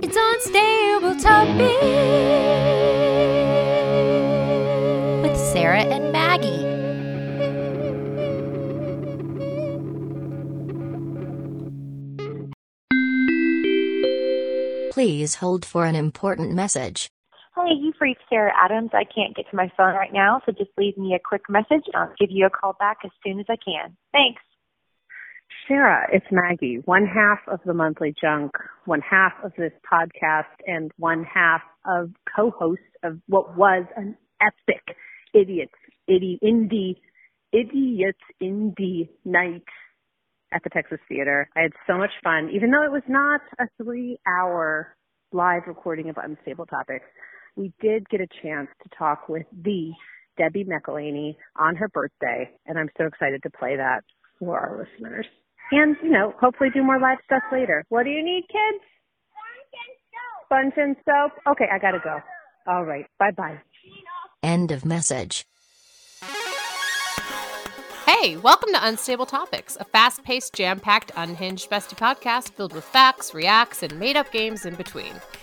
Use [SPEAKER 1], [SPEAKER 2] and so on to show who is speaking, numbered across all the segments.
[SPEAKER 1] It's Unstable Topic with Sarah and Maggie. Please hold for an important message.
[SPEAKER 2] Hi, you've reached Sarah Adams. I can't get to my phone right now, so just leave me a quick message and I'll give you a call back as soon as I can. Thanks.
[SPEAKER 3] Sarah, it's Maggie, one half of the monthly junk, one half of this podcast, and one half of co-host of what was an epic idiots, idi, indie, idiots indie night at the Texas Theater. I had so much fun, even though it was not a three-hour live recording of Unstable Topics. We did get a chance to talk with the Debbie McElhaney on her birthday, and I'm so excited to play that for our listeners. And, you know, hopefully do more live stuff later. What do you need, kids? Sponge and soap. Sponge and soap? Okay, I gotta go. All right. Bye bye.
[SPEAKER 1] End of message.
[SPEAKER 4] Hey, welcome to Unstable Topics, a fast paced, jam packed, unhinged bestie podcast filled with facts, reacts, and made up games in between.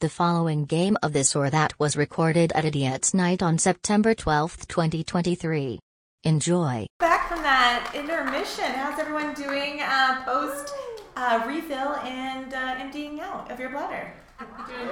[SPEAKER 1] The following game of this or that was recorded at Idiot's Night on September 12, 2023. Enjoy.
[SPEAKER 5] Back from that intermission, how's everyone doing uh, post uh, refill and uh, emptying out of your bladder? Good.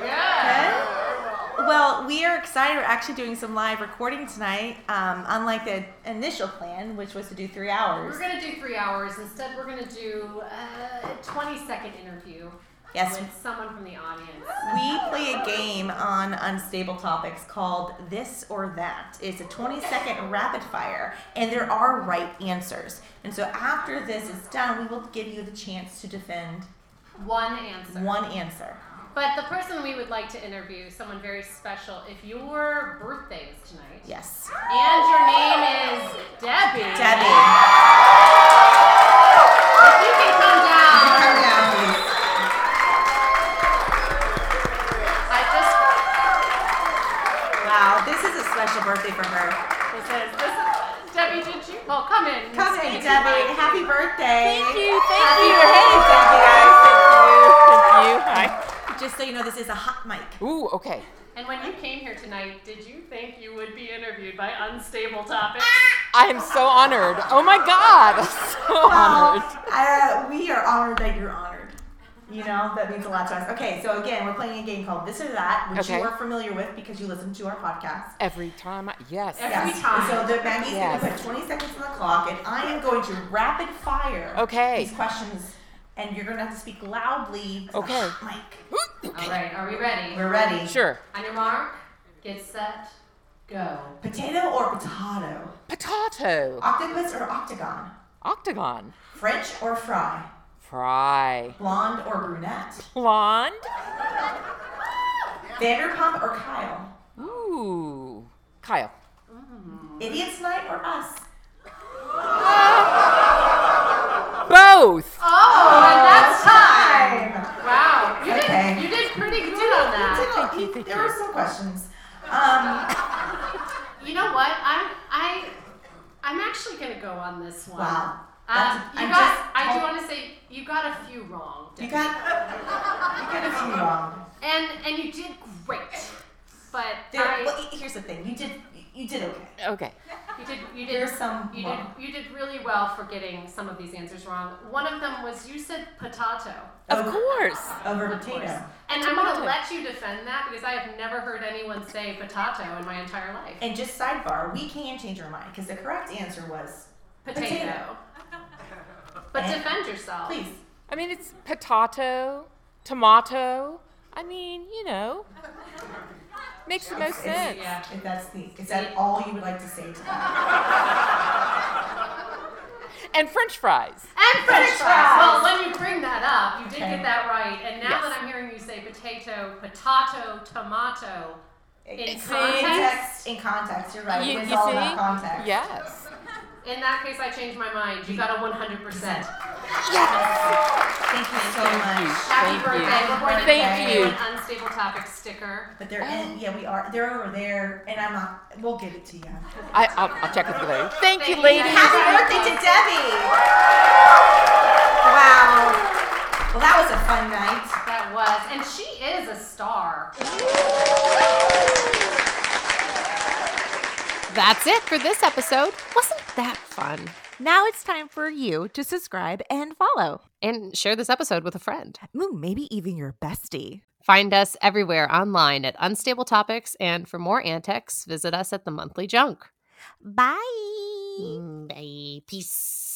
[SPEAKER 5] Well, we are excited. We're actually doing some live recording tonight, um, unlike the initial plan, which was to do three hours.
[SPEAKER 6] We're gonna do three hours. Instead, we're gonna do uh, a 20 second interview
[SPEAKER 5] yes,
[SPEAKER 6] with someone from the audience.
[SPEAKER 5] we play a game on unstable topics called This or That. It's a 20 second rapid fire, and there are right answers. And so after this is done, we will give you the chance to defend
[SPEAKER 6] One answer.
[SPEAKER 5] one answer.
[SPEAKER 6] But the person we would like to interview, someone very special, if your birthday is tonight
[SPEAKER 5] Yes.
[SPEAKER 6] and your name is Debbie.
[SPEAKER 5] Debbie.
[SPEAKER 6] If you can come down,
[SPEAKER 5] Come down.
[SPEAKER 6] I
[SPEAKER 5] Wow, this is a special birthday for her.
[SPEAKER 6] just. This is, this is, Debbie, did you? Well, come in.
[SPEAKER 5] Come in,
[SPEAKER 6] Speak to
[SPEAKER 5] Debbie.
[SPEAKER 6] Mike.
[SPEAKER 5] Happy birthday. Thank you. Thank
[SPEAKER 6] you.
[SPEAKER 5] Just so you know, this is a hot mic.
[SPEAKER 7] Ooh, okay.
[SPEAKER 6] And when you came here tonight, did you think you would be interviewed by Unstable Topics?
[SPEAKER 7] I am so honored. Oh my god, so honored.
[SPEAKER 5] Uh, we are honored that you're honored. You know, that means a lot to us. Okay, so again, we're playing a game called This or That, which
[SPEAKER 7] Okay.
[SPEAKER 5] you are familiar with because you listen to our podcast.
[SPEAKER 7] Every time, I, yes.
[SPEAKER 6] Every-
[SPEAKER 5] Yes.
[SPEAKER 6] time.
[SPEAKER 5] So the Maggie's going
[SPEAKER 7] Yes.
[SPEAKER 5] to put 20 seconds on the clock, and I am going to rapid fire
[SPEAKER 7] Okay.
[SPEAKER 5] these questions, and you're going to have to speak loudly.
[SPEAKER 7] Okay.
[SPEAKER 5] Mike,
[SPEAKER 6] All right, are we ready?
[SPEAKER 5] we're ready.
[SPEAKER 7] Sure.
[SPEAKER 6] On your mark, get set, go.
[SPEAKER 5] Potato or potato?
[SPEAKER 7] Potato,
[SPEAKER 5] Octopus or octagon?
[SPEAKER 7] octagon,
[SPEAKER 5] French or fry?
[SPEAKER 7] fry,
[SPEAKER 5] Blonde or brunette?
[SPEAKER 7] blonde.
[SPEAKER 5] Vanderpump or Kyle?
[SPEAKER 7] Ooh, Kyle.
[SPEAKER 5] Idiot's Night or us?
[SPEAKER 7] Both.
[SPEAKER 6] Oh, and that's time.
[SPEAKER 5] Time.
[SPEAKER 6] Wow, you
[SPEAKER 5] Okay.
[SPEAKER 6] did you did pretty good on that.
[SPEAKER 5] You know, there were some questions. Um,
[SPEAKER 6] You know what? I'm I I'm actually gonna go on this one.
[SPEAKER 5] Wow.
[SPEAKER 6] Um,
[SPEAKER 5] That's-
[SPEAKER 6] you
[SPEAKER 5] I'm
[SPEAKER 6] got.
[SPEAKER 5] just-
[SPEAKER 6] I do want to say you got a few wrong,
[SPEAKER 5] you got you got a few wrong.
[SPEAKER 6] and and you did great. But
[SPEAKER 5] There,
[SPEAKER 6] I,
[SPEAKER 5] well, here's the thing. You did you did okay.
[SPEAKER 7] Okay.
[SPEAKER 6] you did you
[SPEAKER 5] There are
[SPEAKER 6] did
[SPEAKER 5] some
[SPEAKER 6] you did
[SPEAKER 5] wrong.
[SPEAKER 6] you did really well for getting some of these answers wrong. One of them was you said potato.
[SPEAKER 7] Of
[SPEAKER 5] Over-
[SPEAKER 7] course.
[SPEAKER 5] Over
[SPEAKER 6] Of course.
[SPEAKER 5] potato.
[SPEAKER 6] And I'm going to
[SPEAKER 7] Tomato.
[SPEAKER 6] let you defend that because I have never heard anyone say potato in my entire life.
[SPEAKER 5] And just sidebar, we can change our mind because the correct answer was
[SPEAKER 6] Potato.
[SPEAKER 5] Potato.
[SPEAKER 6] But
[SPEAKER 5] And-
[SPEAKER 6] defend yourself.
[SPEAKER 5] please.
[SPEAKER 7] I mean, it's potato, tomato. I mean, you know, makes the most sense.
[SPEAKER 6] Yeah.
[SPEAKER 5] If that's the is that all you would like to say to that?
[SPEAKER 7] And French fries.
[SPEAKER 6] And french
[SPEAKER 5] French
[SPEAKER 6] fries.
[SPEAKER 5] fries.
[SPEAKER 6] Well, when you bring that up, you did
[SPEAKER 5] Okay.
[SPEAKER 6] get that right. And now
[SPEAKER 7] Yes.
[SPEAKER 6] that I'm hearing you say potato, potato, tomato,
[SPEAKER 5] In
[SPEAKER 6] context?
[SPEAKER 5] context, in context, you're right.
[SPEAKER 7] You,
[SPEAKER 5] it was
[SPEAKER 7] you
[SPEAKER 5] all
[SPEAKER 7] see?
[SPEAKER 5] about context.
[SPEAKER 7] Yes.
[SPEAKER 6] In that case, I changed my mind. You got a 100%.
[SPEAKER 5] Thank you so much.
[SPEAKER 6] Happy
[SPEAKER 5] you.
[SPEAKER 6] birthday. We're going to
[SPEAKER 7] Thank
[SPEAKER 6] give
[SPEAKER 7] you.
[SPEAKER 6] an unstable topic sticker.
[SPEAKER 5] But they're in. Yeah, we are. They're over there, and I'm not. We'll give it to you.
[SPEAKER 7] I, I'll, I'll check with you later. Thank you,
[SPEAKER 6] Thank you.
[SPEAKER 7] ladies.
[SPEAKER 5] Happy birthday to Debbie! Wow. Well, that was a fun night.
[SPEAKER 6] That was. And she is a star.
[SPEAKER 4] That's it for this episode. Wasn't that fun?
[SPEAKER 8] Now it's time for you to subscribe and follow.
[SPEAKER 4] And share this episode with a friend.
[SPEAKER 8] Ooh, maybe even your bestie.
[SPEAKER 4] Find us everywhere online at Unstable Topics. And for more antics, visit us at the Monthly Junk.
[SPEAKER 8] Bye.
[SPEAKER 4] Mm, Bye. Peace.